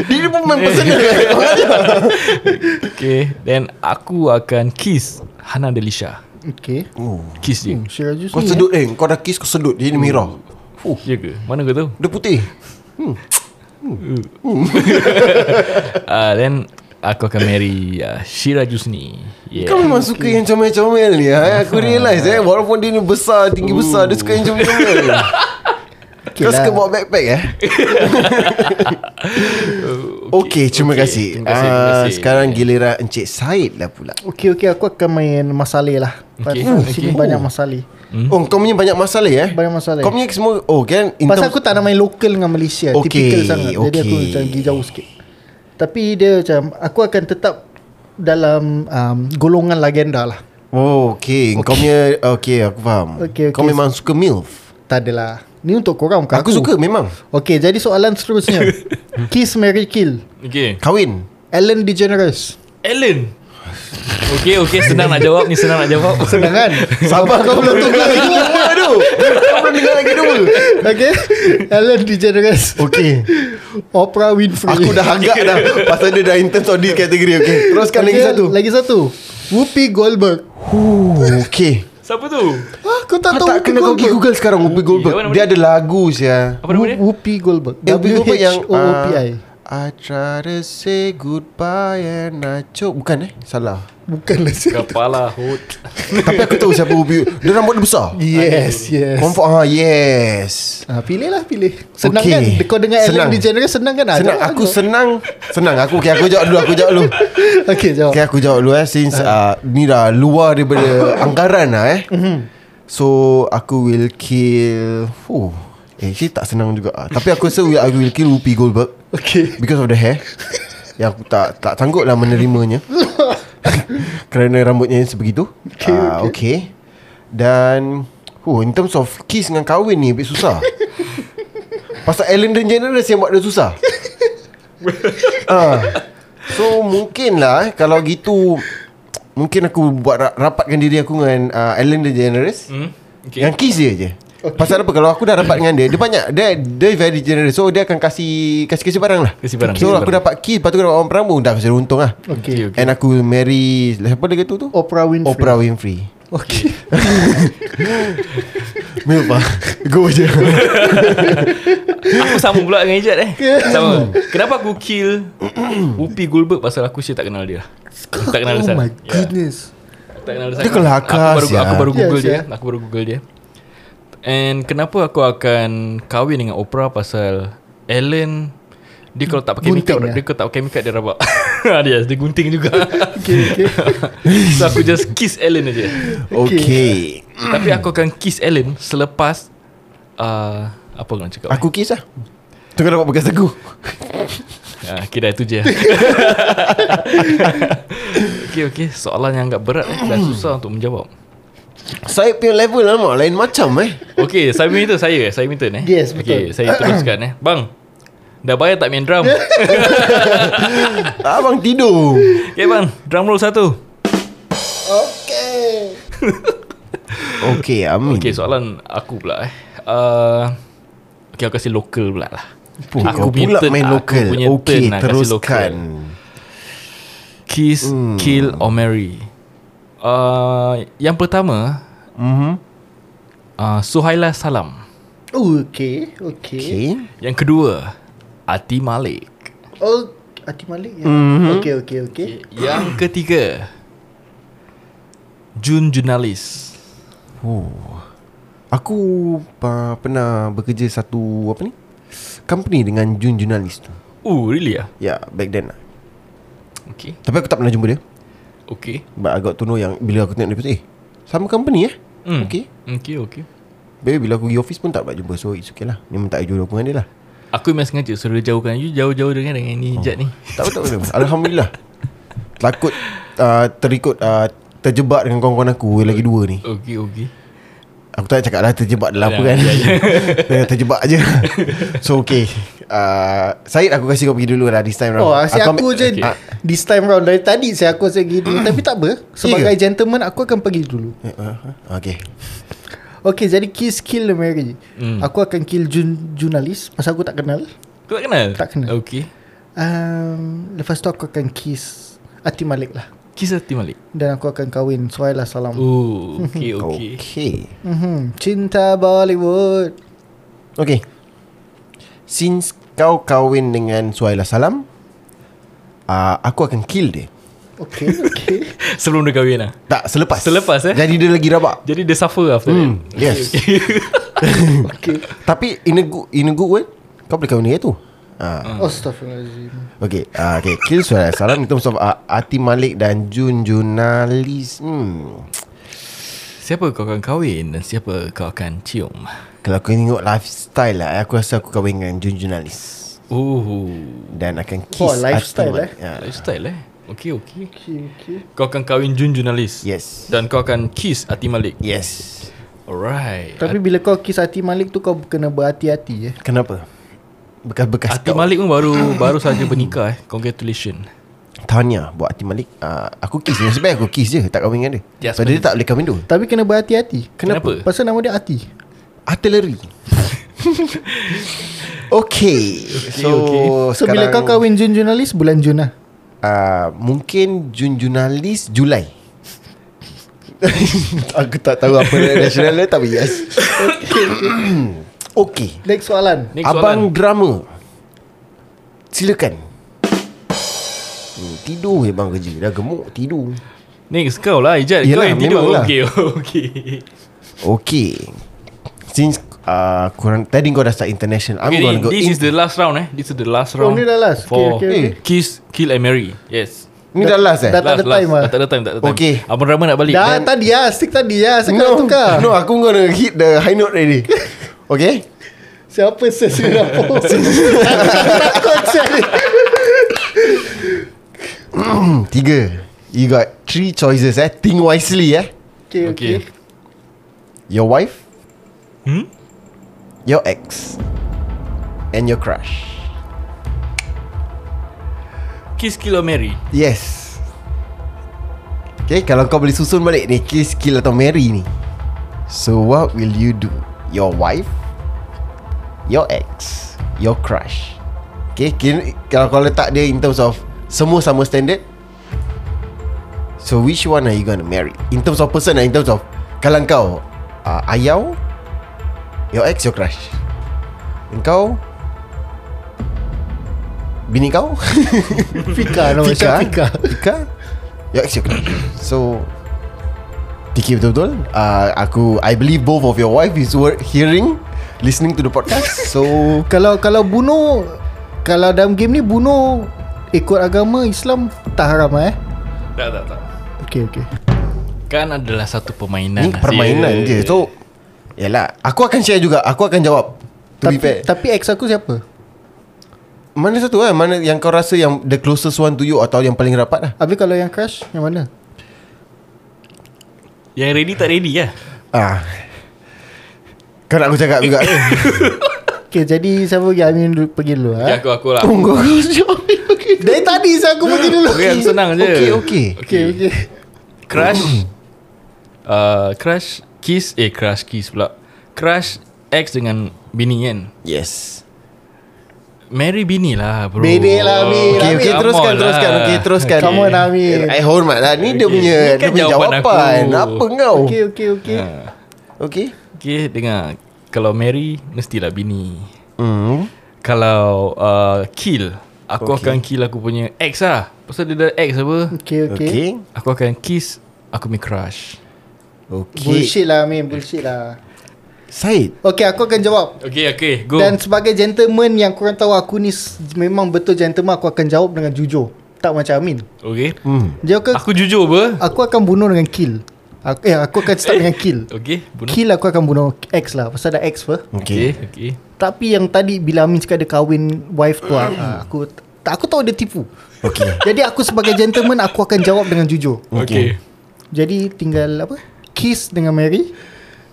C: Dia pun main personal eh?
B: <laughs> Okay Then aku akan kiss Hana Delisha
D: Okay Hmm,
C: oh.
B: Kiss dia
D: Syira Jusni
C: Kau sedut eh Kau dah kiss kau sedut Dia ni merah
B: Oh Ya ke? Mana kau
D: <laughs>
B: tahu?
C: Dia putih
B: Uh, then Aku akan marry uh, Shira Jusni yeah.
C: Kau memang suka yang comel-comel ni eh? <laughs> Aku realise eh Walaupun dia ni besar Tinggi besar Dia suka yang comel-comel <laughs> okay Kau
D: lah.
C: suka bawa backpack eh
B: <laughs>
C: Okay, terima kasih,
B: terima kasih, terima
C: Ah,
B: kasih.
C: Sekarang giliran Encik Said lah pula
D: Okey okey aku akan main masalih lah.
B: Okey,
D: Okay, Sini
B: okey.
D: banyak masalih.
C: Oh kau punya banyak masalah eh
D: Banyak masalah.
C: Kau punya semua Oh kan in
D: Pasal
C: terms-
D: aku tak nak main lokal dengan Malaysia
C: Okey,
D: Typical sangat Jadi aku
C: okey.
D: macam pergi jauh sikit Tapi dia macam Aku akan tetap Dalam um, Golongan legenda lah
C: Oh okay. Kau punya Okay aku faham
D: Okey,
C: Kau
D: okey.
C: memang suka MILF
D: Tak adalah Ni untuk korang bukan
C: Aku,
D: aku,
C: suka memang
D: Okay jadi soalan seterusnya
C: <laughs>
D: Kiss Mary Kill
B: Okay
C: Kahwin
D: Ellen DeGeneres
B: Alan Okay okay senang nak jawab ni Senang nak jawab
D: Senang kan
C: Sabar kau belum tunggu <laughs> lagi dua tu Kau belum dengar lagi dua
D: Okay Ellen DeGeneres
C: Okay
D: <laughs> Oprah Winfrey
C: Aku dah agak dah Pasal dia dah in terms of this category Okay Teruskan lagi
D: Okey,
C: satu Oh,
D: Lagi satu Whoopi Goldberg
C: Okay
B: Siapa tu?
D: ah, Kau tak
C: Kau
D: tahu
C: tak kena kau pergi Google sekarang Whoopi
B: apa
C: Goldberg
B: nama
C: Dia ada lagu sia
B: Apa nama dia?
D: Whoopi Goldberg
C: Dia Whoopi Goldberg yang
D: W-H-O-O-P-I
C: ah, I try to say goodbye and I choke Bukan eh Salah
D: Bukanlah lah
C: <laughs>
D: siapa
B: Kepala hut
C: Tapi aku tahu siapa Whoopi Dia rambut dia besar
D: Yes, yes.
C: Confirm ah, Yes
D: Ha, pilih lah, pilih. Senang
C: Okey.
D: okay. kan? Kau dengar
C: Senang.
D: Ellen DeGeneres senang kan?
C: Senang
D: Jawab
C: Aku
D: <laughs>
C: senang Senang aku Okay aku jawab dulu Aku jawab dulu
D: okay, jawab.
C: Okay aku jawab dulu eh Since uh, Ni dah luar daripada <coughs> Anggaran lah eh So Aku will kill Oh Eh actually tak senang juga ah. Tapi aku rasa I will kill Whoopi Goldberg
D: Okay.
C: Because of the hair Yang aku tak Tak sanggup lah menerimanya Kerana rambutnya yang sebegitu Okay, uh, okay. Dan Oh in terms of Kiss dengan kahwin ni Bit susah Pasal Ellen DeGeneres yang buat dia susah Ah, So mungkin lah eh, Kalau gitu Mungkin aku buat ra- rapatkan diri aku dengan uh, Ellen DeGeneres
B: hmm?
C: okay. Yang Oh, kiss dia je okay. Pasal apa Kalau aku dah rapat dengan dia Dia banyak Dia, dia very generous So dia akan kasih Kasih-kasih barang lah
B: Kasih barang,
C: So
B: kasih
C: aku
B: barang.
C: dapat kiss Lepas tu aku dapat orang peramu Dah saya untung lah
D: Okay.
B: Okay.
C: And aku marry Siapa dia kata tu?
D: Oprah Winfrey.
C: Oprah Winfrey
D: Okay.
C: Milf lah <laughs> Go je
B: Aku sama pula dengan Ijat eh Sama Kenapa aku kill Whoopi Goldberg Pasal aku sih tak kenal dia Aku Tak kenal
D: oh
B: dia sangat.
D: my
B: Ya.
D: goodness.
B: Tak kenal sangat.
C: Dia
B: aku
C: kelakar
B: baru,
C: sial.
B: aku baru
D: Ya,
B: google
D: sial.
B: dia Aku baru google dia And kenapa aku akan Kahwin dengan Oprah Pasal Ellen Dia kalau tak pakai
D: Gunting
B: makeup
D: lah.
B: Dia kalau tak pakai makeup Dia rabak <laughs> Ah, Dia dia gunting juga
D: Okay, okay.
B: So aku just kiss Ellen aja
C: Okay
B: Tapi aku akan kiss Ellen Selepas uh, Apa aku nak cakap
C: Aku kiss lah Tu kau dapat bekas aku
B: Ah, kira itu
C: <laughs>
B: je <laughs> Okay okay Soalan yang agak berat eh, Dan susah untuk menjawab
C: Saya punya level lah mak Lain macam eh
B: Okay saya minta saya eh? Saya minta eh
D: Yes, betul.
B: okay, Saya teruskan eh Bang Dah bayar tak main
C: <laughs>
B: drum
C: Abang tidur
B: Okay bang Drum roll satu
D: Okay.
C: Okay Amin
B: Okay soalan aku pula eh uh, Okay aku kasih lokal pula lah
C: Puh, Aku
B: punya
C: pula
B: turn,
C: main
B: aku
C: lokal
B: punya
C: Okay
B: turn lah, kasih
C: teruskan Hmm.
B: Kiss, kill or marry uh, Yang pertama
C: Mhm.
B: uh, Suhaila Salam
D: Oh, Okay, okay. okay.
C: Okay
B: Yang kedua Ati Malik
D: Oh, Ati Malik ya.
C: Mhm.
D: Okay, okay, okay.
B: Yang ketiga Jun Junalis
C: Oh. Aku uh, pernah bekerja satu apa ni? Company dengan Jun jurnalis tu.
B: Oh really ah?
C: Ya, yeah, back then lah.
B: Okay
C: Tapi aku tak pernah jumpa dia.
B: Okay
C: But I got to know yang bila aku tengok dia pun, eh, sama company eh?
B: Hmm.
C: Okay.
B: Okay okay
C: Baby, bila aku pergi office pun tak dapat jumpa. So it's okay lah. Dia minta jodoh aku dengan dia lah.
B: Aku memang sengaja suruh dia jauhkan You jauh-jauh dengan dengan ni oh. ni
C: Tak apa, tak apa. Alhamdulillah. Takut uh, terikut uh, terjebak dengan kawan-kawan aku lagi dua ni.
B: Okay okay
C: Aku tak nak cakap lah terjebak dalam apa
B: Ya,
C: kan <laughs> yeah, Terjebak je So okay uh, Syed aku kasih kau pergi dulu lah This time round
D: Oh, asyik aku,
C: ambil- Ah,
D: je
B: okay.
D: this time round dari tadi saya aku asyik gini tapi tak apa. Sebagai gentleman aku akan pergi dulu.
C: Eh, uh, uh, Okay
D: Okay, jadi kiss kill Mary.
B: Hmm.
D: Aku akan kill Jun jurnalis pasal aku tak kenal.
B: Kau tak kenal?
D: Tak kenal.
B: Okay
D: Um, lepas tu aku akan kiss Ati Malik lah
B: Kisah Ati Malik
D: Dan aku akan kahwin Suhaila Salam
B: Oh okay
C: Okay
B: okay
C: Okay,
D: mm-hmm. Cinta Bollywood
C: okay. Since kau kahwin dengan Suhaila Salam uh, aku akan kill dia.
D: Okay, okay.
B: Sebelum dia kahwin lah
C: Tak, selepas.
B: Selepas, eh?
C: Jadi dia lagi rabak.
B: Jadi dia suffer after hmm. that <laughs>
C: Yes.
D: okay.
C: Tapi in a good, in a good word, kau boleh kahwin dengan dia tu. Ah.
D: Astaghfirullahaladzim.
C: Okay, uh, okay. Kill suara salam in terms of uh, Ati Malik dan Jun Junalis. Hmm.
B: Siapa kau akan kahwin Dan siapa kau akan cium
C: Kalau aku tengok lifestyle lah, aku rasa aku kahwin dengan Jun Junalis
B: Oh
C: dan akan kiss.
D: Oh,
C: Ati
D: lifestyle,
C: Malik.
D: eh?
C: Ya.
B: Lifestyle eh Okay okay
D: Okay, okay.
B: Kau akan kahwin Jun Jurnalis
C: Yes.
B: Dan kau akan kiss Ati Malik
C: Yes.
B: Alright
D: Tapi bila kau kiss Ati Malik tu kau kena berhati-hati eh.
C: Kenapa? Bekas-bekas
B: Ati
C: kau.
B: Malik pun baru Baru saja bernikah eh Congratulations
C: Tahniah buat Ati Malik. Uh, aku kiss. Yang sebaik aku kiss je, tak kahwin dengan dia.
B: Yes,
C: Yes, Sebab dia tak boleh kahwin dulu.
D: Tapi kena berhati-hati.
B: Kenapa?
D: Pasal nama dia Ati.
B: <laughs>
C: Artillery. okay. So,
B: okay.
C: Oh,
D: So Sekarang... bila kau kahwin Jun jurnalis bulan Jun lah.
C: uh, mungkin Jun Junalis Julai. <laughs> aku tak tahu apa nasional dia tapi yes. Okey.
D: Next soalan.
B: Next
C: Abang
B: soalan.
C: drama. Silakan. Hmm, tidur je bang kerja. Dah gemuk tidur.
B: Next kau lah Ijat Kau
C: Yelah,
B: yang tidur
C: memang lah.
B: Okay <laughs> okay
C: Okay. Since uh, korang, tadi kau dah start international. I'm
B: Okay,
C: okay, gonna go
B: this
C: in.
B: is the last round eh. This is the last
D: Oh,
B: round.
D: ni dah last. Okay,
B: for
D: okay,
C: okay.
B: Kiss, kill and marry. Yes.
C: Ni dah last eh?
D: dah- Tak ada time lah.
B: Dah tak ada time, tak ada time.
C: Okay.
B: Abang Rahman nak balik.
D: Dah tadi lah. Stick tadi lah. Sekarang
C: no,
D: tukar.
C: no, aku gonna hit the high note <laughs> already. okay?
D: Siapa Singapura? Takut saya.
C: Hmm, tiga. You got three choices eh. Think wisely eh.
D: Okay, okay.
B: Okay.
C: Your wife,
B: Hmm?
C: your ex, and your crush.
B: Kiss, kill or marry.
C: Yes. Okay, kalau kau boleh susun balik ni kiss, kill atau marry ni. So what will you do? Your wife, your ex, your crush. Okay, kira- kalau kau letak dia in terms of semua sama standard. So which one are you gonna marry? In terms of person lah, in terms of kalau kau uh, ayau, your ex, your crush. Engkau Bini kau <laughs>
D: Fika nama
C: Fika
D: Fika. Fika.
C: Fika Your ex your crush Ya, <clears throat> So Fikir betul-betul uh, Aku I believe both of your wife Is worth hearing Listening to the
D: <laughs>
C: podcast So
D: Kalau kalau bunuh kalau dalam game ni bunuh ikut agama Islam tak haram lah, eh.
B: Tak, tak, tak.
D: Okay, okay.
B: Kan adalah satu permainan.
C: Ni permainan je So Yalah Aku akan share juga Aku akan jawab To be
D: Tapi,
C: fair
D: tapi ex aku siapa?
C: Mana satu lah Mana yang kau rasa Yang the closest one to you Atau yang paling rapat lah
D: Habis kalau yang crush yang mana?
B: Yang ready tak ready lah.
D: Ha?
C: Ah Kau nak aku cakap
D: <laughs>
C: juga <laughs>
D: Okay, jadi siapa pergi? Amin dulu- pergi dulu
B: Okay,
D: lah.
B: aku, aku lah.
C: Tunggu aku jawab
D: <laughs> Dari tadi saya aku pergi dulu.
B: Okay, aku senang je.
C: Okay okay
D: Okay, okay.
B: Crush. uh, crush, kiss. Eh, crush, kiss pula. Crush, ex dengan bini kan.
C: Yes
B: Marry bini lah bro.
D: Bedek lah, Amin.
C: Okay, okay
B: Come
C: teruskan,
B: on
C: teruskan.
B: lah.
C: Okay, teruskan.
D: Come on, Amir.
C: I hormat lah. Ni dia
B: Okay. Ni
C: punya,
B: kan
C: dia punya
B: jawapan
C: jawapan.
B: aku.
C: Apa kau?
D: Okay, okay, okay.
B: Ha.
C: Okay.
B: Okay, dengar. Kalau marry, mestilah bini.
C: Hmm.
B: Kalau uh, kill, aku okay. akan kill aku punya ex lah. Pasal dia dah ex apa.
D: Okay, okay.
C: Okay.
B: Aku akan kiss aku punya crush.
C: Okay.
D: Bullshit lah, Amin. Bullshit lah.
C: Said.
D: Okay, aku akan jawab.
B: Okay, okay, go.
D: Dan sebagai gentleman yang korang tahu aku ni s- memang betul gentleman aku akan jawab dengan jujur. Tak macam Amin.
B: okay.
C: Hmm.
D: Dia aku,
B: Aku jujur apa?
D: aku akan bunuh dengan kill. Aku, eh, aku akan start dengan kill.
B: Okay, bunuh.
D: Kill aku akan bunuh X lah Pasal dah X apa
B: Okay,
C: Okay.
B: okay.
D: Tapi yang tadi Bila Amin cakap dia kahwin Wife tu ah, ah, Aku tak Aku tahu dia tipu
C: Okay.
D: <laughs> Jadi aku sebagai gentleman Aku akan jawab dengan jujur
B: Okay.
D: Jadi tinggal apa Kiss dengan Mary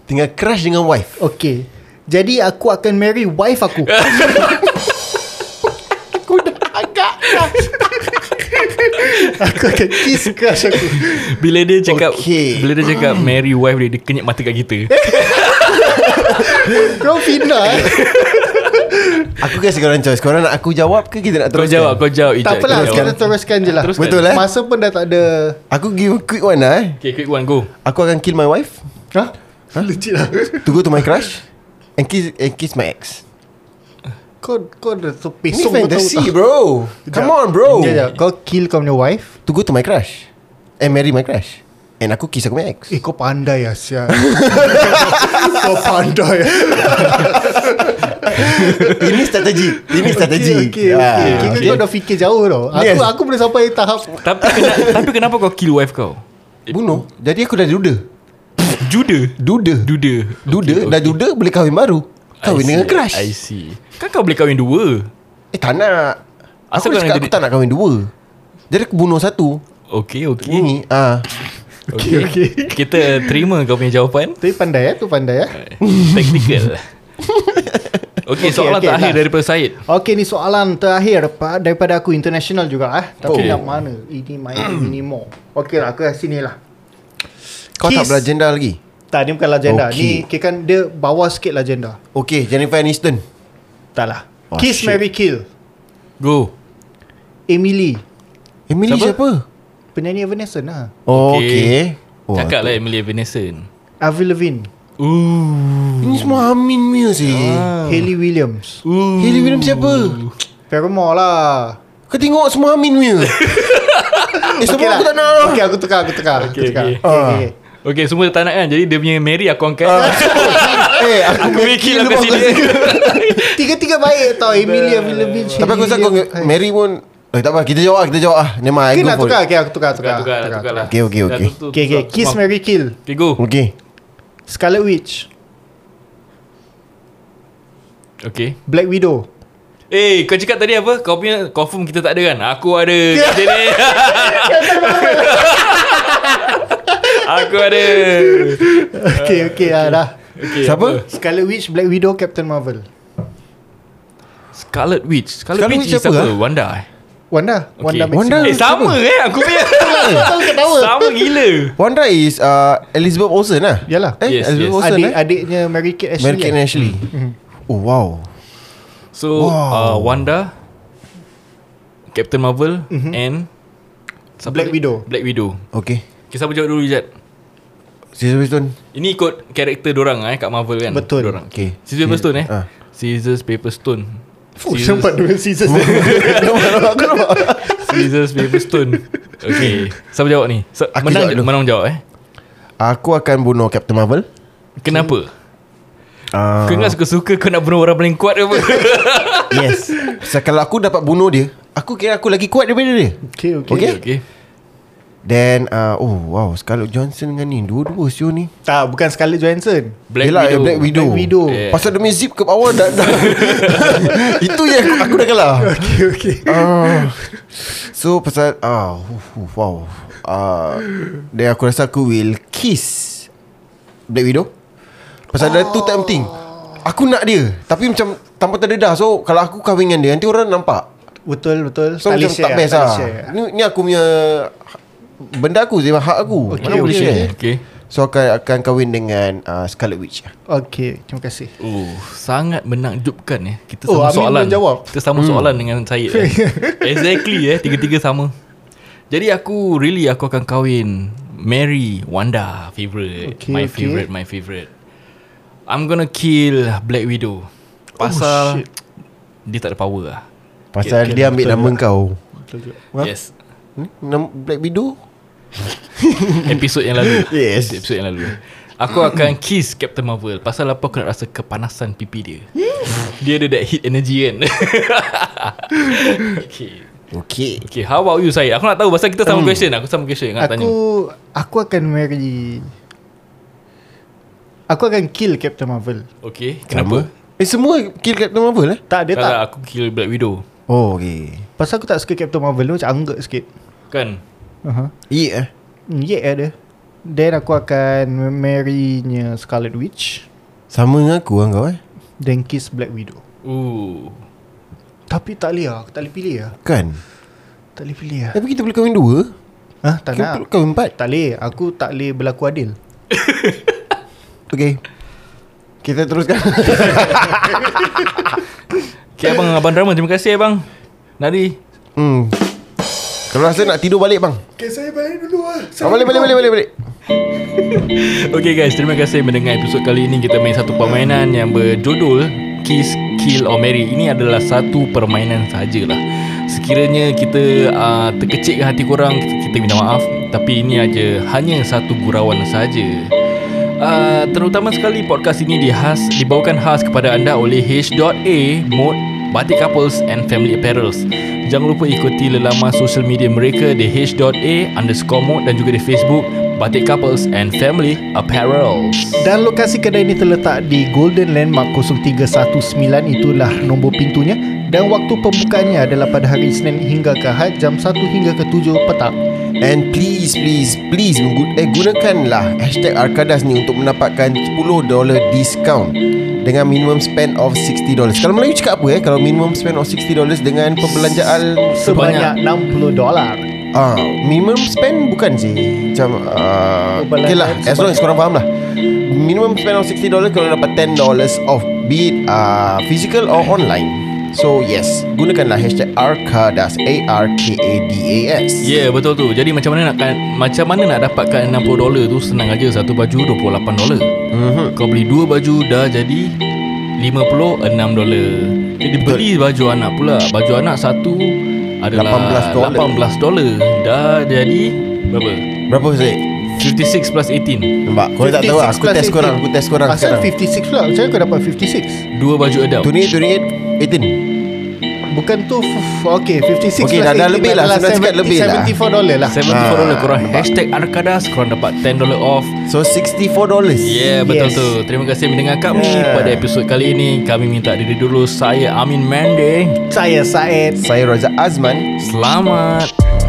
C: Tinggal crush dengan wife.
D: Okay Jadi aku akan marry
C: <laughs>
D: wife aku Aku dah agak lah. Aku akan kiss crush aku
B: Bila dia cakap
C: Okay.
B: Bila dia cakap Marry wife dia Dia kenyap mata kat kita
D: Kau fitnah eh
C: Aku kasi korang choice. Korang nak aku jawab ke kita nak
B: Kau
C: teruskan?
B: jawab Kau jawab Ijat
D: Tak apalah
B: Kau
D: Kita
B: jawab.
D: teruskan je lah
B: Teruskan.
C: Betul eh?
D: Masa pun dah tak ada
C: Aku give a quick one lah eh.
B: Okay quick one go
C: Aku akan kill my wife.
D: Ha? Legit lah
C: To go to my crush. And kiss, and kiss my ex.
D: Kau kau dah
C: Ini
D: sepesong kau tahu
C: fantasy
D: tak?
C: bro Come on bro
D: ah. Sekejap, sekejap. Ya, Kau kill kau punya wife
C: To go to my crush And marry my crush And aku kiss aku punya ex
D: Eh kau pandai lah <laughs> Sial <laughs> Kau pandai
C: Ini strategi Ini strategi
D: Okay,
C: Ah,
D: okay, okay. okay.
C: okay.
D: Kau dah fikir jauh tau Aku
C: Yes.
D: aku boleh sampai tahap
B: Tapi kena- tapi kenapa kau kill wife kau?
C: Bunuh Jadi aku dah duda
B: Duda.
C: Duda
B: Duda.
C: Duda
B: Okay,
C: Dah duda boleh kahwin baru
B: I
C: Kahwin dengan
B: see,
C: crush
B: I see. Kan kau boleh kahwin dua.
C: Eh tak nak
B: Asal kau
C: Aku dah cakap
B: nak
C: aku
B: jadi-
C: tak nak kahwin dua Jadi aku bunuh satu
B: Okay, okay.
C: Ini ah.
B: Okay, okay. Kita terima kau punya
C: <laughs>
B: jawapan.
D: <laughs> Tapi pandai ya Tu pandai ya
B: Technical. okay,
D: Okay,
B: soalan
D: okay,
B: terakhir
D: dah.
B: daripada Syed.
D: Okay ni soalan terakhir pa- Daripada aku international juga ah. Tapi
B: Okay.
D: yang mana Ini my ini more Okay lah aku kasi ni lah
C: Kau tak
D: Kiss.
C: beragenda lagi
D: Tak ni bukan legenda
C: Okay.
D: okay. Ni kan dia bawah sikit legenda
C: Okay Jennifer Aniston
D: Tak lah
C: Oh,
D: oh, Kiss
C: shit.
D: Mary Kill
B: Go.
D: Emily
C: Emily
B: Siapa?
C: siapa?
D: Penyanyi Evanescence lah
C: Oh,
B: Okay.
C: okay. Wah,
B: Cakap lah Emily Evanescence.
D: Avril Lavigne
B: Ooh.
C: Ini semua Amin punya sih.
D: Hayley Williams
B: Ooh.
C: Hayley William siapa?
D: Paramore lah
C: Kau tengok semua Amin
B: <laughs>
C: punya. eh, semua aku tak nak.
D: Okay aku tukar Aku tukar Aku
B: Okay,
D: tukar
B: okay.
D: okay, okay.
B: Okay, semua tak nak kan? Jadi dia punya Mary aku angkat.
C: eh, aku,
B: <laughs> aku punya
C: <laughs>
B: kill aku
C: lepas
B: kasi dia.
D: Tiga-tiga baik tau Emily Avril Lavigne
C: Tapi aku rasa
D: Hayley
C: kau
D: Williams.
C: Mary pun Eh tak apa Kita jawab lah, Kita jawab ah Never mind I
D: Okay
C: go
D: nak
C: for
D: tukar
C: it.
D: Okay aku tukar Tukar
B: Tukar, tukar, tukar lah.
C: Okay, okay,
B: Dah tu, tu,
C: okay.
D: Okay
B: tu, tu.
D: okay Kiss
B: Come.
D: Mary Kill
B: Okay, go.
C: Okay
D: Scarlet Witch
B: Okay.
D: Black
B: <laughs>
D: Widow
B: Eh, kau cakap tadi apa? Kau punya confirm kita tak ada kan? Aku ada kerja ni. <laughs> aku ada.
D: Okay okay ah, dah
B: Okay, apa?
C: Siapa?
D: Scarlet Witch Black Widow Captain Marvel
B: Scarlet Witch. Scarlet,
C: Scarlet
B: Witch, is
C: Witch siapa,
B: siapa?
C: ah?
B: Wanda eh.
D: Wanda
B: Okay.
D: Wanda
C: Wanda?
B: Eh, sama eh aku punya.
D: Kau ketawa
B: sama gila.
C: Wanda is uh, Elizabeth Olsen lah
D: Yalah.
C: eh,
B: Yes,
C: Elizabeth
B: yes.
C: Olsen eh?
D: Adik-adiknya Mary Kate Ashley eh?
C: Mary Kate and Ashley
B: Mm-hmm.
C: Oh wow
B: So,
C: Wow.
B: uh, Wanda, Captain Marvel and siapa
D: Black
B: lagi?
D: Widow.
B: Black Widow.
C: Okay
B: Okay, siapa jawab dulu Jad?
C: Scissor
B: <laughs>
C: Stone
B: Ini ikut karakter dorang eh kat Marvel kan.
D: Betul.
B: Dorang.
C: Okay.
B: Scissors paper stone eh.
C: Ah.
B: Scissors paper stone.
D: Oh, sempat dua
C: <laughs>
D: season
B: Scissors paper stone. Okay. Siapa jawab ni? Sa-
C: Aku
B: menang
C: jawab dulu.
B: menang jawab eh.
C: Aku akan bunuh Captain Marvel
B: Kenapa?
C: uh,
B: Kau ingat suka-suka kau nak bunuh orang paling kuat apa?
C: Yes so, Kalau aku dapat bunuh dia Aku kira aku lagi kuat daripada dia
D: Okay okay,
C: Okay.
B: okay.
C: Then uh, Oh wow Scarlett Johansson dengan ni Dua-dua sio ni
D: Tak bukan Scarlett Johansson
B: Black
C: Yelah,
B: Widow.
C: Black Widow,
D: Black Widow.
B: Yeah.
C: Pasal demi zip ke bawah dah, dah. <laughs> Itu yang aku, aku dah kalah
D: <laughs> Okay okay
C: Ah. So pasal ah uh, wow. Ah then aku rasa aku will kiss Black Widow. Pasal ada tu time thing. Aku nak dia Tapi macam Tanpa terdedah So kalau aku kahwin dengan dia Nanti orang nampak
D: Betul betul
C: So macam tak
D: share,
C: best
D: tak
C: lah
D: share.
C: ni, ni aku punya Benda aku je, Hak aku
D: Okay,
C: Mana boleh eh?
D: okay.
C: share
B: Okay.
C: So aku akan, akan kahwin dengan uh, Scarlet Witch
D: Okay terima kasih
B: Oh, sangat menakjubkan eh. Kita
D: Oh,
B: sama
D: Amin
B: soalan.
D: belum jawab.
B: Kita sama hmm. soalan dengan Syed. Eh. exactly eh, tiga-tiga sama. Jadi aku really aku akan kahwin Mary Wanda favorite.
D: Okay,
B: my
D: okay.
B: favorite, my favorite. I'm gonna kill Black Widow. Pasal
D: shit.
B: dia tak ada power lah.
C: Pasal
B: Okay,
C: dia ambil nama kau Huh?
B: Yes.
C: Hmm? Nama Black Widow
B: Episod yang lalu.
C: Yes.
B: Episod yang lalu. Aku akan kiss Captain Marvel Pasal apa aku nak rasa kepanasan pipi dia Dia ada that heat energy kan <laughs> Okay
C: Okay
B: Okay, how about you Syed? Aku nak tahu pasal kita sama question. Aku sama question. Aku nak tanya.
D: Aku Aku akan marry Aku akan kill Captain Marvel
B: Okay, kenapa?
C: Eh semua kill Captain Marvel eh
D: Tak dia
B: Tak, tak,
D: tak
B: aku kill Black Widow.
C: Oh okay
D: Pasal aku tak suka Captain Marvel Dia macam angguk sikit
B: Kan?
D: uh-huh.
C: Yeah
D: Yeah dia Then aku akan Marrynya Scarlet Witch
C: Sama dengan aku kan kau eh
D: Then kiss Black Widow
B: Ooh.
D: Tapi tak boleh lah Aku tak boleh pilih lah
C: Kan
D: Tak boleh pilih lah
C: Tapi kita boleh kahwin dua
D: Hah, tak
C: Kita
D: nak
C: boleh kahwin empat
D: Tak boleh Aku tak boleh berlaku adil
C: Okay Kita teruskan <laughs>
B: Okay, abang, abang drama. Terima kasih, abang. Nadi.
C: hmm. Kalau rasa nak tidur balik bang
D: Okay saya balik dulu lah
C: ah, Balik balik balik balik, balik.
B: Okay guys, terima kasih mendengar episod kali ini. Kita main satu permainan yang berjudul Kiss Kiss kill or marry Ini adalah satu permainan sajalah Sekiranya kita uh, terkecik ke hati korang Kita minta maaf Tapi ini aja hanya satu gurauan saja Uh, terutama sekali podcast ini dihas dibawakan khas kepada anda oleh H.A Mode Batik Couples and Family Apparels. Jangan lupa ikuti lelama social media mereka di H.A underscore mode dan juga di Facebook Batik Couples and Family Apparels.
D: Dan lokasi kedai ini terletak di Golden Landmark 0319 itulah nombor pintunya dan waktu pembukaannya adalah pada hari Isnin hingga ke Ahad jam 1 hingga ke 7 petang.
C: And please please please menggu- eh, gunakanlah hashtag Arkadas ni untuk mendapatkan $10 discount dengan minimum spend of $60. Kalau Melayu cakap apa eh kalau minimum spend of $60 dengan perbelanjaan
D: Sebanyak 60 dolar.
C: Ah, minimum spend bukan sih Macam uh,
D: Perbelanjaan
C: Okay lah As long as korang faham lah Minimum spend of $60 Korang dapat $10 off Be it uh, physical or online So yes Gunakanlah hashtag ARKADAS A-R-K-A-D-A-S
B: Ya yeah, betul tu. Jadi macam mana nak kan- macam mana nak dapatkan 60 dolar tu senang aja satu baju 28 dolar.
C: Mhm.
B: Kau beli dua baju dah jadi 56 dolar. Jadi beli baju anak pula. Baju anak satu adalah
C: 18 dolar.
B: 18 dolar. Dah jadi berapa?
C: Berapa Zaid?
B: 56 plus 18.
C: Nampak? Korang tak tahu lah.
D: 56
C: Aku
D: plus
C: test korang
D: 18.
C: Aku test korang
D: Asal
C: sekarang
D: 56 pula Macam mana kau dapat 56
B: Dua baju adult.
C: 28, 28 18
D: Bukan tu f- Okay 56
C: Okey,
D: plus
C: dah- dah
D: 18
C: lebih lah.
D: adalah
C: Senang cakap
D: 70
C: lebih lah.
D: 74 dolar lah
B: 74
C: Ah,
B: dolar korang hashtag Arkadas korang dapat 10 dolar off
C: So $64
B: Yeah betul
D: Yes.
B: tu Terima kasih mendengar kami
C: Yeah.
B: Pada episod kali ini Kami minta diri dulu Saya Amin Mende
D: Saya Said
C: Saya Raja Azman
B: Selamat